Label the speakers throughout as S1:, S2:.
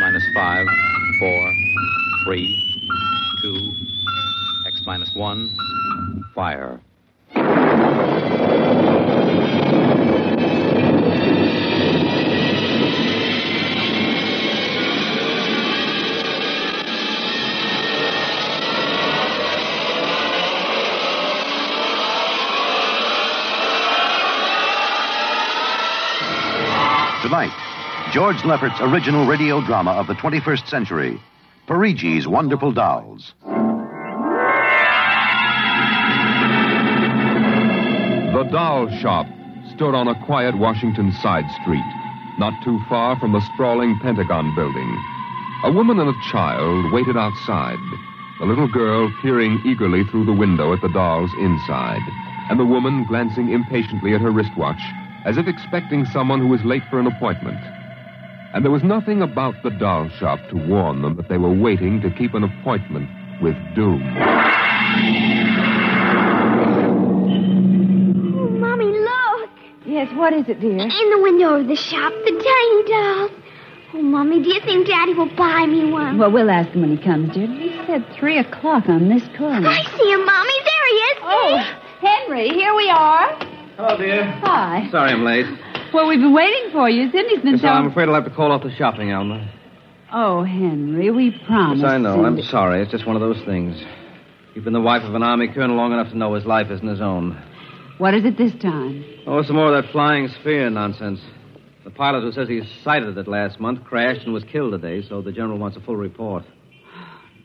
S1: minus 5, 4, 3, 2, X minus 1, fire.
S2: Tonight, George Lefferts' original radio drama of the 21st century, Parigi's Wonderful Dolls.
S3: The doll shop stood on a quiet Washington side street, not too far from the sprawling Pentagon building. A woman and a child waited outside, the little girl peering eagerly through the window at the dolls inside, and the woman glancing impatiently at her wristwatch as if expecting someone who was late for an appointment. And there was nothing about the doll shop to warn them that they were waiting to keep an appointment with doom.
S4: Oh, Mommy, look!
S5: Yes, what is it, dear?
S4: In the window of the shop, the tiny dolls. Oh, Mommy, do you think Daddy will buy me one?
S5: Well, we'll ask him when he comes, dear. He said three o'clock on this corner. Oh,
S4: I see him, Mommy. There he is.
S5: Henry, here we are.
S6: Hello, Oh, dear.
S5: Hi.
S6: Sorry I'm late.
S5: Well, we've been waiting for you. Cindy's been
S6: Yes, I'm
S5: telling.
S6: afraid I'll have to call off the shopping, Alma.
S5: Oh, Henry, we promised.
S6: Yes, I know. I'm
S5: Ah, Cindy-
S6: sorry. It's just one of those things. You've been the wife of an army colonel long enough to know his life isn't his own.
S5: What is it this time?
S6: Oh, some more of that flying sphere nonsense. The pilot who says he sighted it last month crashed and was killed today, so the general wants a full report.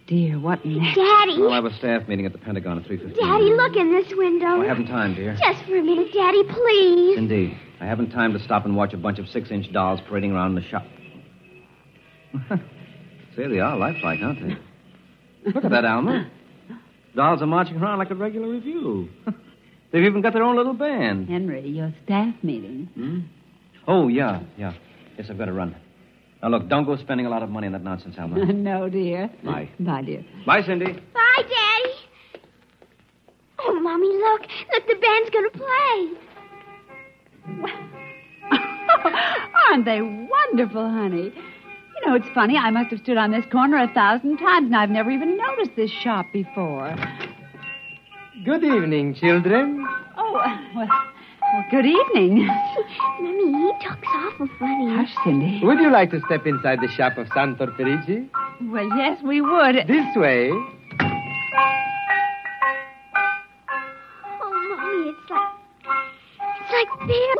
S5: Dear, what next?
S4: Daddy,
S6: We'll have a staff meeting at the Pentagon at 3.15.
S4: Daddy, look in this window.
S6: Oh, I haven't time, dear.
S4: Just for a minute, Daddy, please.
S6: Indeed. I haven't time to stop and watch a bunch of six-inch dolls parading around the shop. Say, they are lifelike, aren't they? Look at that, Alma. Dolls are marching around like a regular review. They've even got their own little band.
S5: Henry, your staff meeting.
S6: Oh, yeah, yeah. Yes, I've got to run. Now, look, don't go spending a lot of money on that nonsense, Alma.
S5: no, dear.
S6: Bye.
S5: Bye, dear.
S6: Bye, Cindy.
S4: Bye, Daddy. Oh, Mommy, look. Look, the band's going to play.
S5: Aren't they wonderful, honey? You know, it's funny. I must have stood on this corner a thousand times, and I've never even noticed this shop before.
S7: Good evening, children.
S5: Oh, uh, well, well good evening.
S4: Mommy, he talks awful funny.
S5: Hush, Cindy.
S7: Would you like to step inside the shop of Santor Perici?
S5: Well, yes, we would.
S7: This way.
S4: Oh, Mommy, it's like... It's like beer.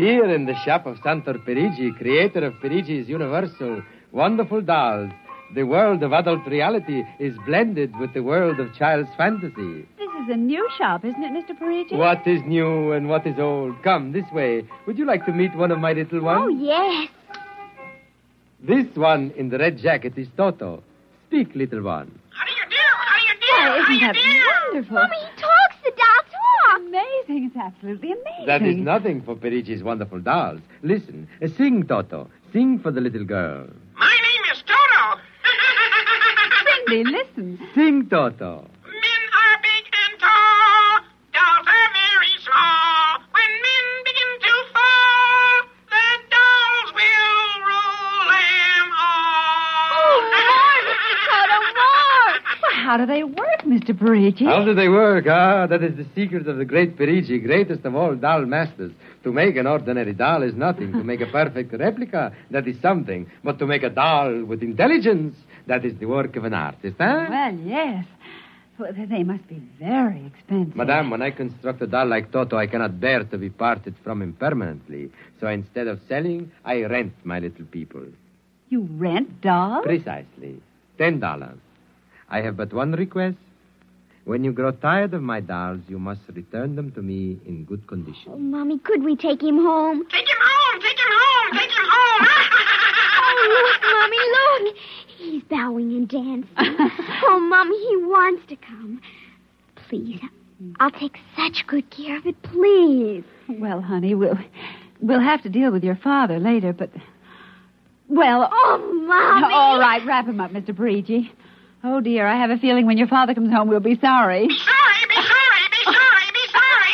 S7: Here in the shop of Santor Perigi, creator of Perigi's Universal, Wonderful Dolls, the world of adult reality is blended with the world of child's fantasy.
S5: This is a new shop, isn't it, Mr. Parigi?
S7: What is new and what is old? Come this way. Would you like to meet one of my little
S4: Oh,
S7: ones?
S4: yes.
S7: This one in the red jacket is Toto. Speak, little one.
S5: Why, isn't that wonderful?
S4: Mommy, he talks. The doll talks.
S5: amazing. It's absolutely amazing.
S7: That is nothing for Perigi's Wonderful Dolls. Listen, sing, Toto. Sing for the little girl.
S8: My name is Toto.
S5: Cindy, listen.
S7: Sing, Toto.
S8: men are big and tall. Dolls are very small. When men begin to fall, the dolls will rule them all.
S5: Oh, more, Mr. Toto, more. Well, how do they work, Mr. Parigi?
S7: How do they work? Ah, that is the secret of the great Parigi, greatest of all doll masters. To make an ordinary doll is nothing. To make a perfect replica, that is something. But to make a doll with intelligence, that is the work of an artist, eh?
S5: Well, yes. Well, they- they must be very expensive.
S7: Madame, when I construct a doll like Toto, I cannot bear to be parted from him permanently. So instead of selling, I rent my little people.
S5: You rent dolls?
S7: Precisely. Ten dollars. I have but one request. When you grow tired of my dolls, you must return them to me in good condition.
S4: Oh, Mommy, could we take him home?
S8: Take him home. Take him home. Take him home.
S4: Oh, look, Mommy, look. He's bowing and dancing. oh, Mommy, he wants to come. Please, I'll take such good care of it, please.
S5: Well, honey, we'll, we'll have to deal with your father later, but. Well,
S4: Oh, Mommy.
S5: all right, wrap him up, Mr. Parigi. Oh, dear, I have a feeling when your father comes home, we'll be sorry.
S8: sorry. Be sorry. Be sorry. Be sorry.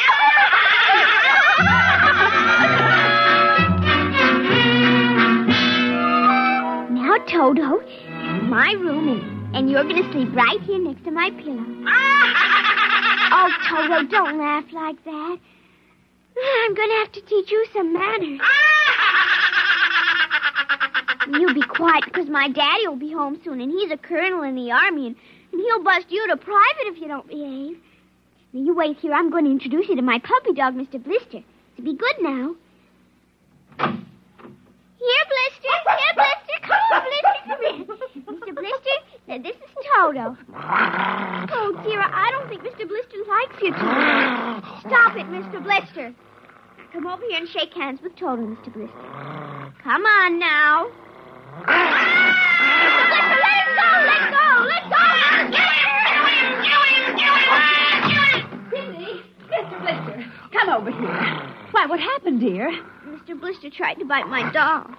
S4: Now your Toto in my room, and, and you're going to sleep right here next to my pillow. Oh, Toto, don't laugh like that. I'm going to have to teach you some manners. You be quiet, because my daddy will be home soon, and he's a colonel in the army, and, and he'll bust you to private if you don't behave. Now, you wait here. I'm going to introduce you to my puppy dog, Mr. Blister. So be good now. Here, Blister. Here, Blister. Come on, Blister. Come here. Mr. Blister, now this is Toto. Oh, dear, I don't think Mr. Blister likes you too much. Stop it, Mr. Blister. Now, Come over here and shake hands with Toto, Mr. Blister. Come on now. Mr. Blister, let him go. Let go. Let go.
S5: Cindy, Mr. Blister, come over here. Why, what happened, dear?
S4: Mr. Blister tried to bite my doll.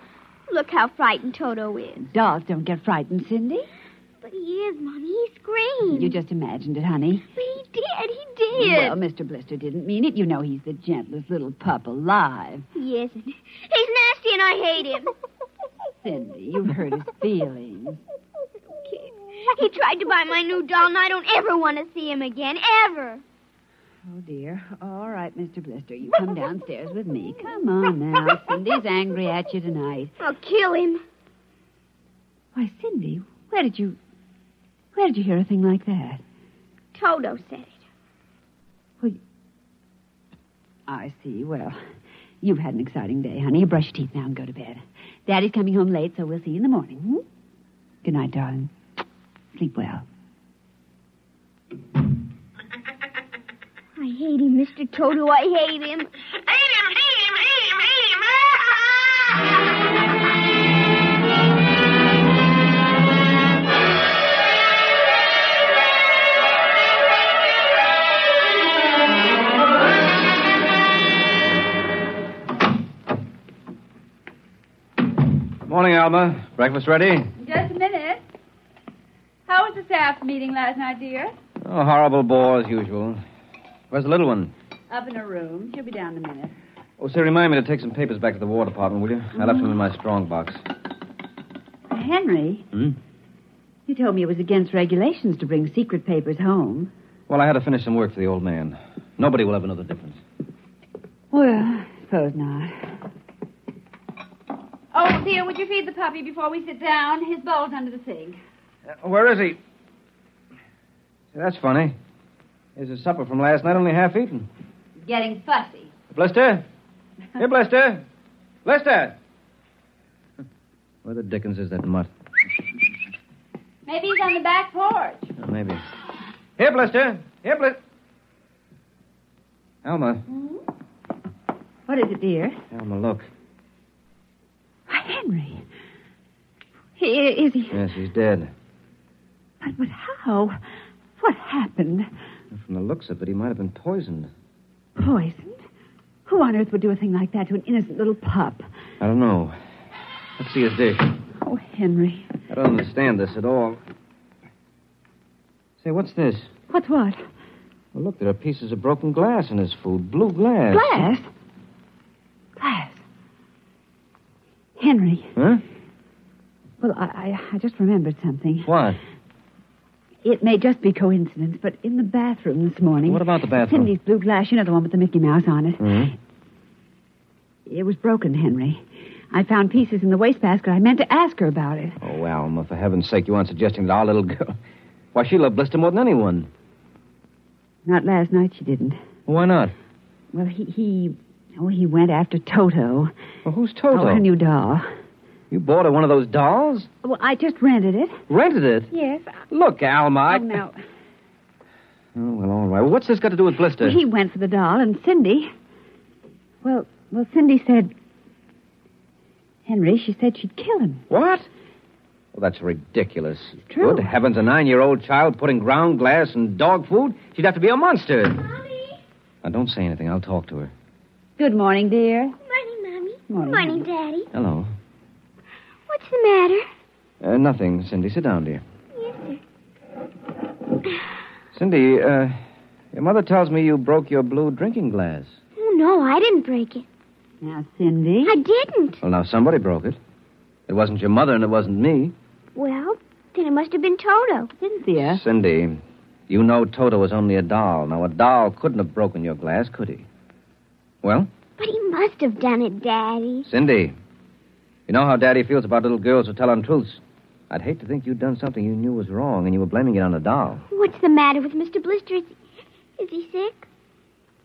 S4: Look how frightened Toto is.
S5: Dolls don't get frightened, Cindy.
S4: But he is, Mom. He screamed.
S5: You just imagined it, honey.
S4: But he did. He did.
S5: Well, um, Mr. Blister didn't mean it. You know he's the gentlest little pup alive.
S4: he isn't. He's nasty, and I hate him.
S5: Cindy, you've hurt his feelings.
S4: Okay. He tried to buy my new doll, and I don't ever want to see him again, ever.
S5: Oh, dear. All right, Mr. Blister, you come downstairs with me. Come on now. Cindy's angry at you tonight.
S4: I'll kill him.
S5: Why, Cindy, where did you. Where did you hear a thing like that?
S4: Toto said it.
S5: I see. Well, you've had an exciting day, honey. You brush your teeth now and go to bed. Daddy's coming home late, so we'll see you in the morning. Hmm? Good night, darling. Sleep well.
S4: I hate him, Mr. Toto. I hate him.
S8: Hate him, hate him, hate him, hate him. ah!
S6: Morning, Alma. Breakfast ready?
S5: Just a minute. How was the staff meeting last night, dear?
S6: Oh, horrible bore as usual. Where's the little one?
S5: Up in her room. She'll be down in a minute.
S6: Oh, say, remind me to take some papers back to the War Department, will you? I left them in my strong box.
S5: Henry,
S6: Hmm?
S5: you told me it was against regulations to bring secret papers home.
S6: Well, I had to finish some work for the old man. Nobody will ever know the difference.
S5: Well, suppose not. Oh, dear, would you feed the puppy before we sit down? His bowl's under the sink.
S6: Uh, where is he? Say, that's funny. Here's his supper from last night, only half eaten.
S5: Getting fussy.
S6: Blister? Here, Blister. Blister! Where the dickens is that mutt?
S5: Maybe he's on the back porch.
S6: Oh, maybe. Here, Blister. Here, Blister. Alma.
S5: What is it, dear?
S6: Alma, look.
S5: Why, Henry. He, is he?
S6: Yes, he's dead.
S5: But, but how? What happened?
S6: From the looks of it, he might have been poisoned.
S5: Poisoned? Who on earth would do a thing like that to an innocent little pup?
S6: I don't know. Let's see his dish.
S5: Oh, Henry.
S6: I don't understand this at all. Say, what's this?
S5: What's what?
S6: Well, look, there are pieces of broken glass in his food. Blue glass.
S5: Glass? Glass. Henry.
S6: Huh?
S5: Well, I, I, I just remembered something.
S6: What?
S5: It may just be coincidence, but in the bathroom this morning.
S6: What about the bathroom?
S5: Cindy's blue glass, you know the one with the Mickey Mouse on it.
S6: Mhm.
S5: It was broken, Henry. I found pieces in the wastebasket. I meant to ask her about it.
S6: Oh, Alma, for heaven's sake, you aren't suggesting that our little girl. Why, she loved Blister more than anyone.
S5: Not last night, she didn't.
S6: Well, why not?
S5: Well, he. he oh, he went after Toto.
S6: Well, who's Toto?
S5: Oh, her new doll.
S6: You bought her one of those dolls?
S5: Well, I just rented it.
S6: Rented it?
S5: Yes.
S6: Look, Alma. I...
S5: Oh, no.
S6: Oh, well, all right. Well, what's this got to do with Blister?
S5: He went for the doll, and Cindy. Well, well, Cindy said. Henry, she said she'd kill him.
S6: What? Well, that's ridiculous.
S5: true.
S6: Good heavens, a nine-year-old child putting ground glass in dog food? She'd have to be a monster.
S4: Mommy.
S6: Now, don't say anything. I'll talk to her.
S5: Good morning, dear.
S4: Morning, Mommy.
S5: Morning.
S4: Morning, Daddy.
S6: Hello.
S4: What's the matter?
S6: Uh, nothing, Cindy. Sit down, dear.
S4: Yes, sir.
S6: Cindy, uh, your mother tells me you broke your blue drinking glass.
S4: Oh, no, I didn't break it.
S5: Now, Cindy.
S4: I didn't.
S6: Well, now somebody broke it. It wasn't your mother and it wasn't me.
S4: Well, then it must have been Toto.
S5: Cynthia.
S6: Cindy, you know Toto was only a doll. Now, a doll couldn't have broken your glass, could he? Well,
S4: But he must have done it, Daddy.
S6: Cindy, you know how Daddy feels about little girls who tell untruths. I'd hate to think you'd done something you knew was wrong and you were blaming it on a doll.
S4: What's the matter with Mr. Blister? Is, is he sick?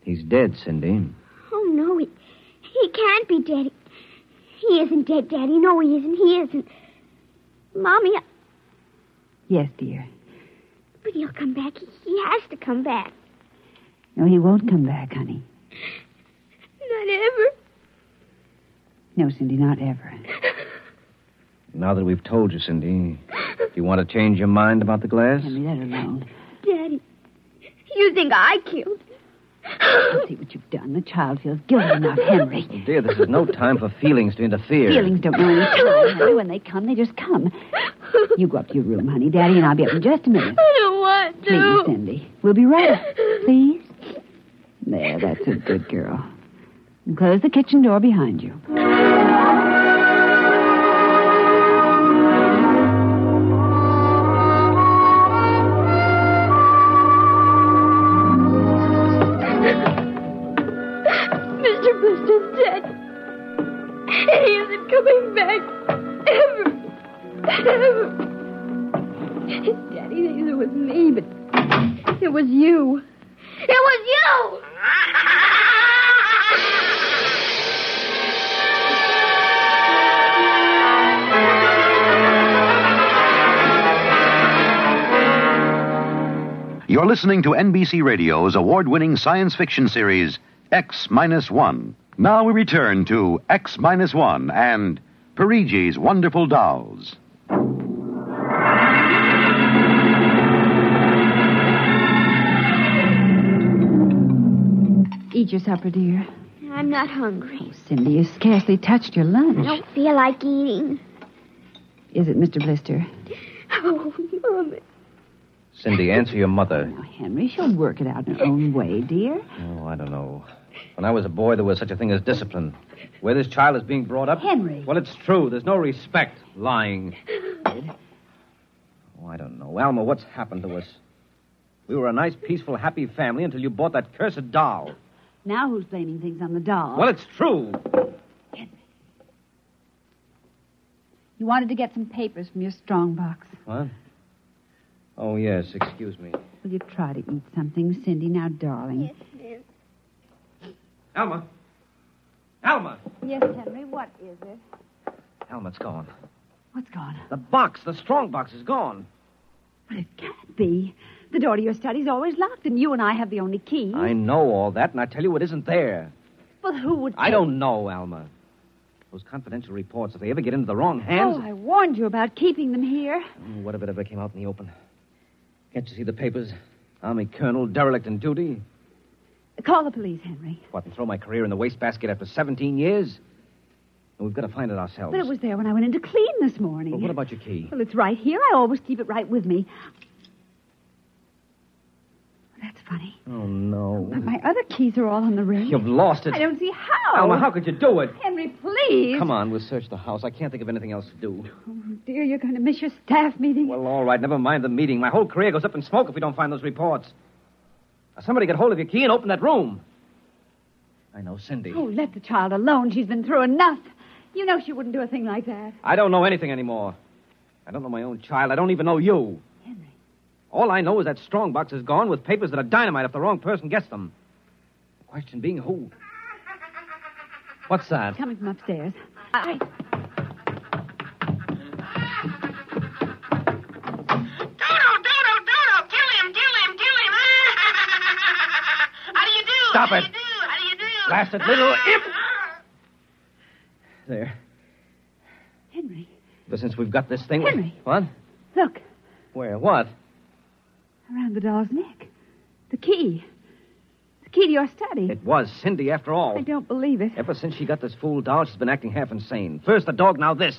S6: He's dead, Cindy.
S4: Oh, no, he, he can't be dead. He isn't dead, Daddy. No, he isn't. He isn't. Mommy, I-
S5: Yes, dear.
S4: but he'll come back. He, he has to come back.
S5: No, he won't come back, honey.
S4: Not ever.
S5: No, Cindy, not ever.
S6: Now that we've told you, Cindy, do you want to change your mind about the glass?
S5: Henry, let alone.
S4: Daddy, you think I killed
S5: You see what you've done. The child feels guilty now, Henry.
S6: Oh, dear, this is no time for feelings to interfere.
S5: Feelings don't know any time, Henry. When they come, they just come. You go up to your room, honey. Daddy and I'll be up in just a minute.
S4: I don't want
S5: Please, Cindy. We'll be right up. Please. There, that's a good girl. And close the kitchen door behind you.
S4: Mr. Blister's dead. And he isn't coming back. Ever. Ever. Daddy thinks it was me, but it was you. It was you!
S2: You're listening to NBC Radio's award winning science fiction series, X Minus One. Now we return to X Minus One and Parigi's Wonderful Dolls.
S5: Eat your supper, dear.
S4: I'm not hungry.
S5: Cindy, you scarcely touched your lunch.
S4: I don't feel like eating.
S5: Is it Mr. Blister?
S4: Oh, Mommy.
S6: Cindy, answer your mother.
S5: Now, Oh, Henry, she'll work it out in her own way, dear.
S6: Oh, I don't know. When I was a boy, there was such a thing as discipline. Where this child is being brought up.
S5: Henry.
S6: Well, it's true. There's no respect. Lying. Oh, I don't know. Alma, what's happened to us? We were a nice, peaceful, happy family until you bought that cursed doll.
S5: Now who's blaming things on the doll?
S6: Well, it's true.
S5: You wanted to get some papers from your strong box.
S6: What? Oh, yes. Excuse me.
S5: Will you try to eat something, Cindy? Now, darling.
S6: Alma. Alma.
S5: Yes, Henry, what is it?
S6: Alma, it's gone.
S5: What's gone?
S6: The box, the strong box, is gone.
S5: Well, it can't be. The door to your study's always locked, and you and I have the only key.
S6: I know all that, and I tell you it isn't there.
S5: Well, who would?
S6: I don't know, Alma. Those confidential reports, if they ever get into the wrong hands.
S5: Oh, I warned you about keeping them here.
S6: Oh, What if it ever came out in the open? Can't you see the papers? Army colonel, derelict in duty.
S5: Call the police, Henry.
S6: What, and throw my career in the wastebasket after 17 years? And we've got to find it ourselves.
S5: But it was there when I went in to clean this morning.
S6: Well, what about your key?
S5: Well, it's right here. I always keep it right with me. That's funny.
S6: Oh, no.
S5: But my other keys are all on the ring.
S6: You've lost it.
S5: I don't see how.
S6: Alma, how could you do it?
S5: Henry, please.
S6: Come on, we'll search the house. I can't think of anything else to do.
S5: Oh, dear, you're going to miss your staff meeting.
S6: Well, all right, never mind the meeting. My whole career goes up in smoke if we don't find those reports. Now, somebody get hold of your key and open that room. I know, Cindy.
S5: Oh, let the child alone. She's been through enough. You know she wouldn't do a thing like that.
S6: I don't know anything anymore. I don't know my own child. I don't even know you.
S5: Henry.
S6: All I know is that strong box is gone with papers that are dynamite if the wrong person gets them. The question being who? What's that?
S5: Coming from upstairs. I.
S8: Dodo, Dodo, Dodo, kill him, kill him, kill him. ah! How do you do?
S6: Stop
S8: How
S6: it.
S8: do you do? How do you do?
S6: Blasted little imp.
S8: Ah.
S6: There.
S5: Henry,
S6: But since we've got this thing.
S5: Henry.
S6: What?
S5: look.
S6: Where? What?
S5: Around the doll's neck. The key. The key to your study.
S6: It was Cindy after all.
S5: I don't believe it.
S6: Ever since she got this fool doll, she's been acting half insane. First the dog, now this.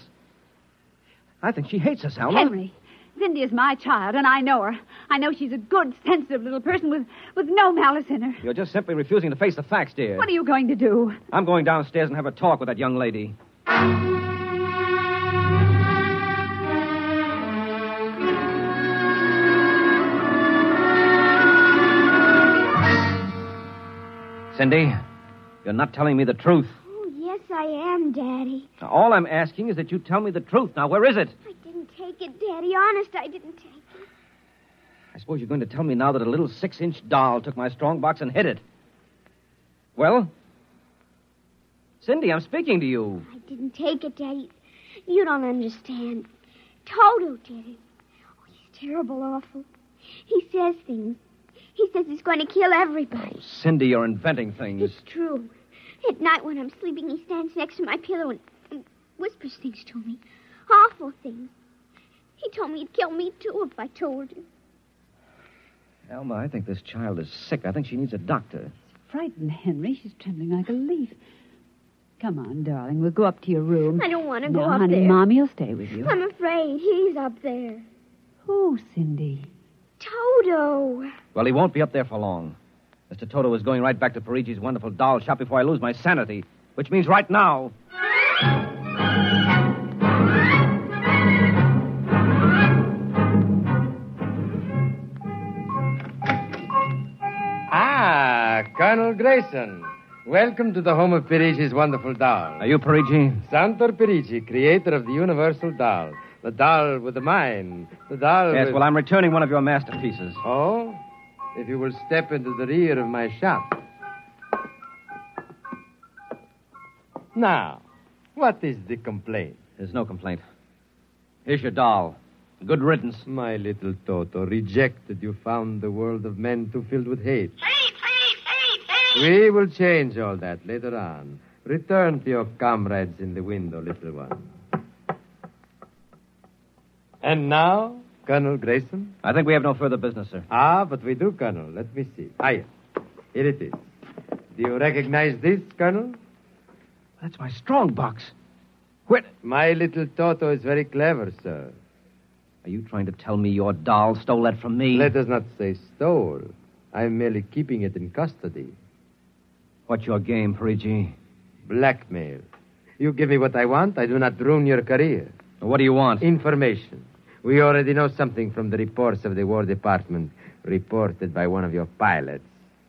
S6: I think she hates us, Alma.
S5: Henry, Cindy is my child, and I know her. I know she's a good, sensitive little person with, with no malice in her.
S6: You're just simply refusing to face the facts, dear.
S5: What are you going to do?
S6: I'm going downstairs and have a talk with that young lady. Cindy, you're not telling me the truth.
S4: Oh, yes, I am, Daddy.
S6: Now, all I'm asking is that you tell me the truth. Now, where is it?
S4: I didn't take it, Daddy. Honest, I didn't take it.
S6: I suppose you're going to tell me now that a little six inch doll took my strong box and hid it. Well? Cindy, I'm speaking to you.
S4: I didn't take it, Daddy. You don't understand. Toto did it. Oh, he's terrible, awful. He says things. He says he's going to kill everybody.
S6: Cindy, you're inventing things.
S4: It's true. At night when I'm sleeping, he stands next to my pillow and, and whispers things to me. Awful things. He told me he'd kill me, too, if I told him.
S6: Elma, I think this child is sick. I think she needs a doctor.
S5: Frightened, Henry. She's trembling like a leaf. Come on, darling. We'll go up to your room.
S4: I don't want to
S5: no,
S4: go up
S5: honey,
S4: there.
S5: Mommy will stay with you.
S4: I'm afraid he's up there.
S5: Oh, Cindy.
S4: Toto.
S6: Well, he won't be up there for long. Mr. Toto is going right back to Parigi's wonderful doll shop before I lose my sanity, which means right now.
S7: Ah, Colonel Grayson. Welcome to the home of Pirigi's wonderful doll.
S6: Are you Parigi?
S7: Santor Pirigi, creator of the universal doll. The doll with the mind. The doll
S6: Yes,
S7: with...
S6: well, I'm returning one of your masterpieces.
S7: Oh? If you will step into the rear of my shop. Now, what is the complaint?
S6: There's no complaint. Here's your doll. Good riddance.
S7: My little Toto, rejected, you found the world of men too filled with hate.
S8: Hate, hate, hate, hate.
S7: We will change all that later on. Return to your comrades in the window, little one. And now, Colonel Grayson?
S6: I think we have no further business, sir.
S7: Ah, but we do, Colonel. Let me see. Ah, yes. Here it is. Do you recognize this, Colonel?
S6: That's my strong box. Where?
S7: My little Toto is very clever, sir.
S6: Are you trying to tell me your doll stole that from me?
S7: Let us not say stole. I'm merely keeping it in custody.
S6: What's your game, Parigi?
S7: Blackmail. You give me what I want, I do not ruin your career.
S6: What do you want?
S7: Information. We already know something from the reports of the War Department, reported by one of your pilots.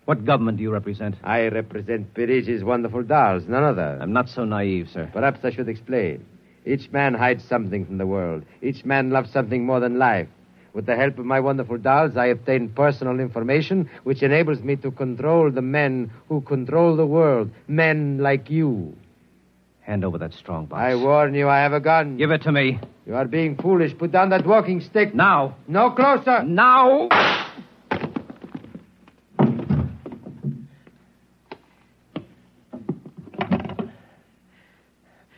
S6: What government do you represent?
S7: I represent Pirigi's wonderful dolls, none other.
S6: I'm not so naive, sir.
S7: Perhaps I should explain. Each man hides something from the world. Each man loves something more than life. With the help of my wonderful dolls, I obtain personal information which enables me to control the men who control the world. Men like you.
S6: Hand over that strong box.
S7: I warn you, I have a gun.
S6: Give it to me.
S7: You are being foolish. Put down that walking stick.
S6: Now.
S7: No closer.
S6: Now.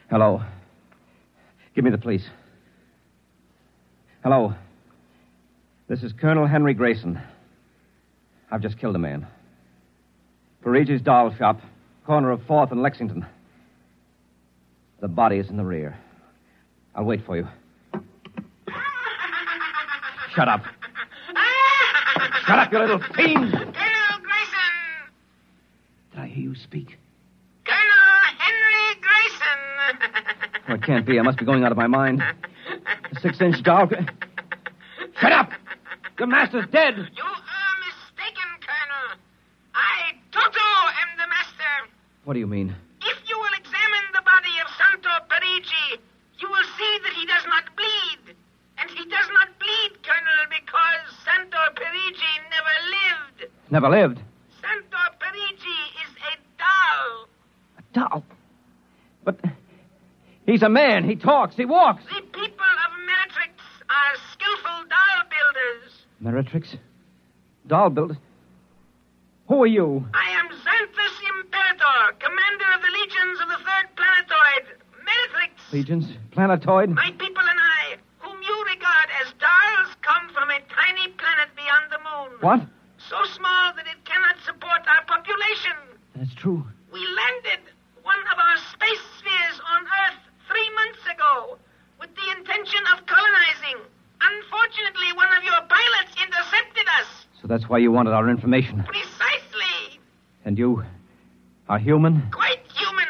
S6: Hello. Give me the police. Hello. This is Colonel Henry Grayson. I've just killed a man. Parigi's doll shop, corner of 4th and Lexington. The body is in the rear. I'll wait for you. Shut up. Shut up, you little fiend!
S8: ah! Colonel Grayson.
S6: Did I hear you speak?
S8: Colonel Henry Grayson.
S6: Oh, it can't be. I must be going out of my mind. A six inch dog. Shut up! Your master's dead!
S8: You are mistaken, Colonel. I, Toto, am the master.
S6: What do you mean?
S8: If you will examine the body of Santo Parigi, you will see that he does not bleed. And he does not bleed, Colonel, because Santo Parigi never lived.
S6: Never lived.
S8: Santo Parigi is a doll.
S6: A dog? But he's a man. He talks. He walks.
S8: The people of Meritrix are skillful doll builders.
S6: Meretrix? Doll built. Who are you?
S8: I am Xanthus Imperator, commander of the legions of the third planetoid, Meritrix.
S6: Legions? Planetoid?
S8: My people and I, whom you regard as dolls, come from a tiny planet beyond the moon.
S6: What?
S8: So small that it cannot support our population.
S6: That's true.
S8: We landed one of our space spheres on Earth three months ago with the intention of colonizing. Unfortunately, one of your pilots intercepted us.
S6: So that's why you wanted our information.
S8: Precisely.
S6: And you are human?
S8: Quite human.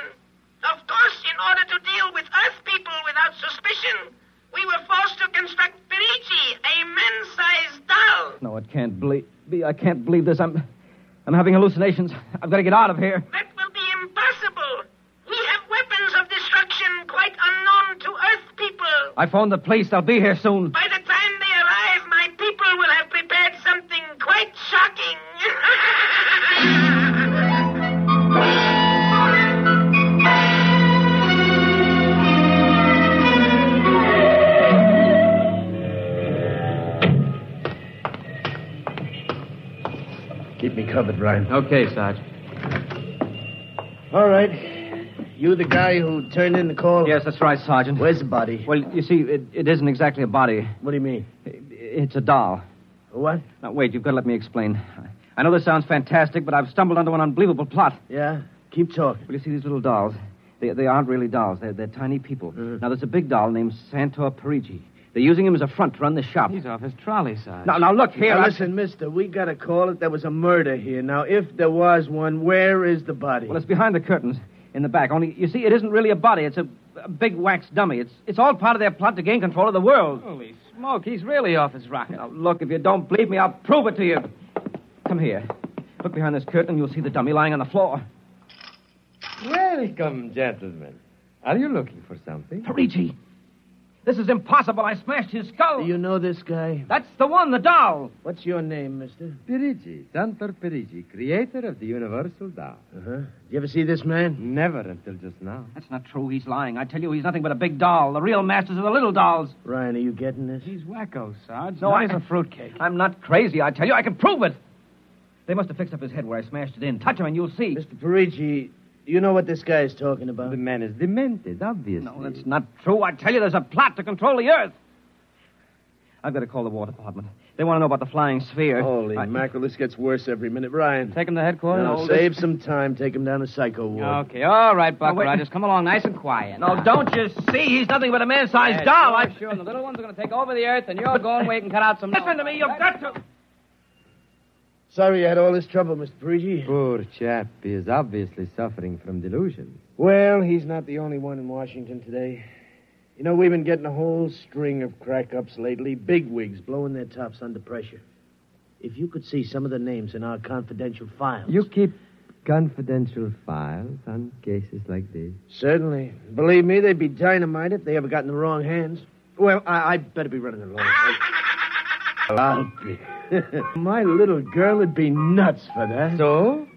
S8: Of course, in order to deal with Earth people without suspicion, we were forced to construct Pirici, a man-sized doll.
S6: No, it can't ble- be. I can't believe this. I'm. I'm having hallucinations. I've got to get out of here.
S8: That will be impossible. We have weapons of destruction quite unknown to Earth people.
S6: I phoned the police. They'll be here soon.
S8: By the time they arrive, my people will have prepared something quite shocking.
S7: Keep me covered, Ryan.
S3: Okay, Sarge.
S7: All right. You the guy who turned in the call?
S6: Yes, that's right, Sergeant.
S7: Where's the body?
S6: Well, you see, it, it isn't exactly a body.
S7: What do you mean?
S6: I- It's a doll.
S7: What?
S6: Now, wait, you've got to let me explain. I know this sounds fantastic, but I've stumbled onto an unbelievable plot.
S7: Yeah? Keep talking.
S6: Well, you see, these little dolls, they, they aren't really dolls. They're, they're tiny people. Now, there's a big doll named Santor Parigi. They're using him as a front to run the shop.
S3: He's off his trolley, Sarge.
S6: Now, now, look here.
S7: Now,
S6: I-
S7: listen, mister, we got a call that there was a murder here. Now, if there was one, where is the body?
S6: Well, it's behind the curtains in the back. Only, you see, it isn't really a body. It's a, a big wax dummy. It's, it's all part of their plot to gain control of the world.
S3: Holy smoke, he's really off his rocker.
S6: Now, look, if you don't believe me, I'll prove it to you. Come here. Look behind this curtain, and you'll see the dummy lying on the floor.
S3: Welcome, gentlemen. Are you looking for something?
S6: Parigi! This is impossible. I smashed his skull.
S7: Do you know this guy?
S6: That's the one, the doll.
S7: What's your name, mister?
S3: Pirigi, Santor Pirigi, creator of the universal doll.
S7: Uh-huh. You ever see this man?
S3: Never until just now.
S6: That's not true. He's lying. I tell you, he's nothing but a big doll. The real masters are the little dolls.
S7: Ryan, are you getting this?
S3: He's wacko, Sarge.
S6: No, I-
S3: he's fruitcake.
S6: I'm not crazy, I tell you. I can prove it. They must have fixed up his head where I smashed it in. Touch him and you'll see.
S7: Mr. Parigi, do you know what this guy is talking about?
S3: The man is demented, obviously.
S6: No, that's not true. I tell you, there's a plot to control the Earth. I've got to call the War Department. They want to know about the flying sphere.
S7: Holy
S6: I-
S7: mackerel, this gets worse every minute. Ryan,
S3: Take him to headquarters.
S7: now, save some time. Take him down to psycho ward.
S3: Okay, all right, Buck
S6: Now, wait.
S3: Rogers. Come along nice and quiet.
S6: No, don't you see? He's nothing but a man-sized doll.
S3: Sure,
S6: I...
S3: sure. And the little ones are going to take over the earth, and you're going wait and cut out some.
S6: Listen to me. You've got to...
S7: Sorry you had all this trouble, Mr. Parigi.
S3: Poor chap he is obviously suffering from delusion.
S7: Well, he's not the only one in Washington today. You know, we've been getting a whole string of crack ups lately, big wigs blowing their tops under pressure. If you could see some of the names in our confidential files.
S3: You keep confidential files on cases like this.
S7: Certainly. Believe me, they'd be dynamite if they ever got in the wrong hands. Well, I, I'd better be running along. I'll be. My little girl would be nuts for that.
S3: So?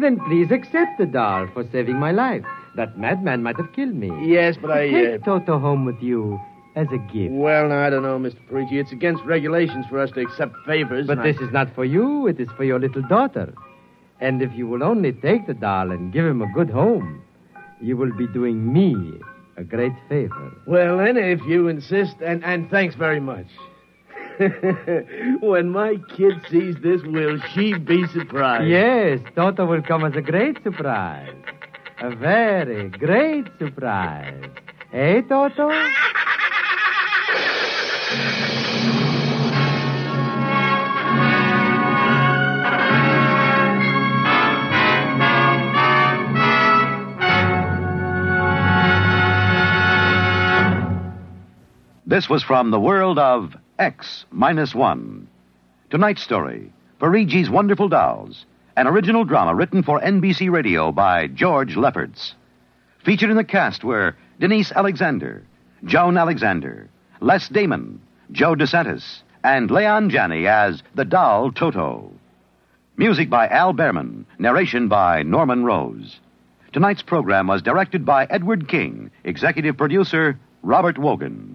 S3: Then please accept the doll for saving my life. That madman might have killed me.
S7: yes, but I. Uh,
S3: Take Toto home with you as a gift.
S7: well, now, I don't know, Mr. Parigi. It's against regulations for us to accept favors.
S3: But
S7: and
S3: this is not for you, it is for your little daughter. And if you will only take the doll and give him a good home, you will be doing me a great favor.
S7: I... Well, then, if you insist, and, and thanks very much. when my kid sees this, will she be surprised?
S3: Yes, Toto will come as a great surprise. A very great surprise. Eh, Hey, Toto?
S2: This was from the world of X Minus One. Tonight's story Parigi's Wonderful Dolls, an original drama written for NBC Radio by George Lefferts. Featured in the cast were Denise Alexander, Joan Alexander, Les Damon, Joe DeSantis, and Leon Janney as the doll Toto. Music by Al Behrman, narration by Norman Rose. Tonight's program was directed by Edward King, executive producer Robert Wogan.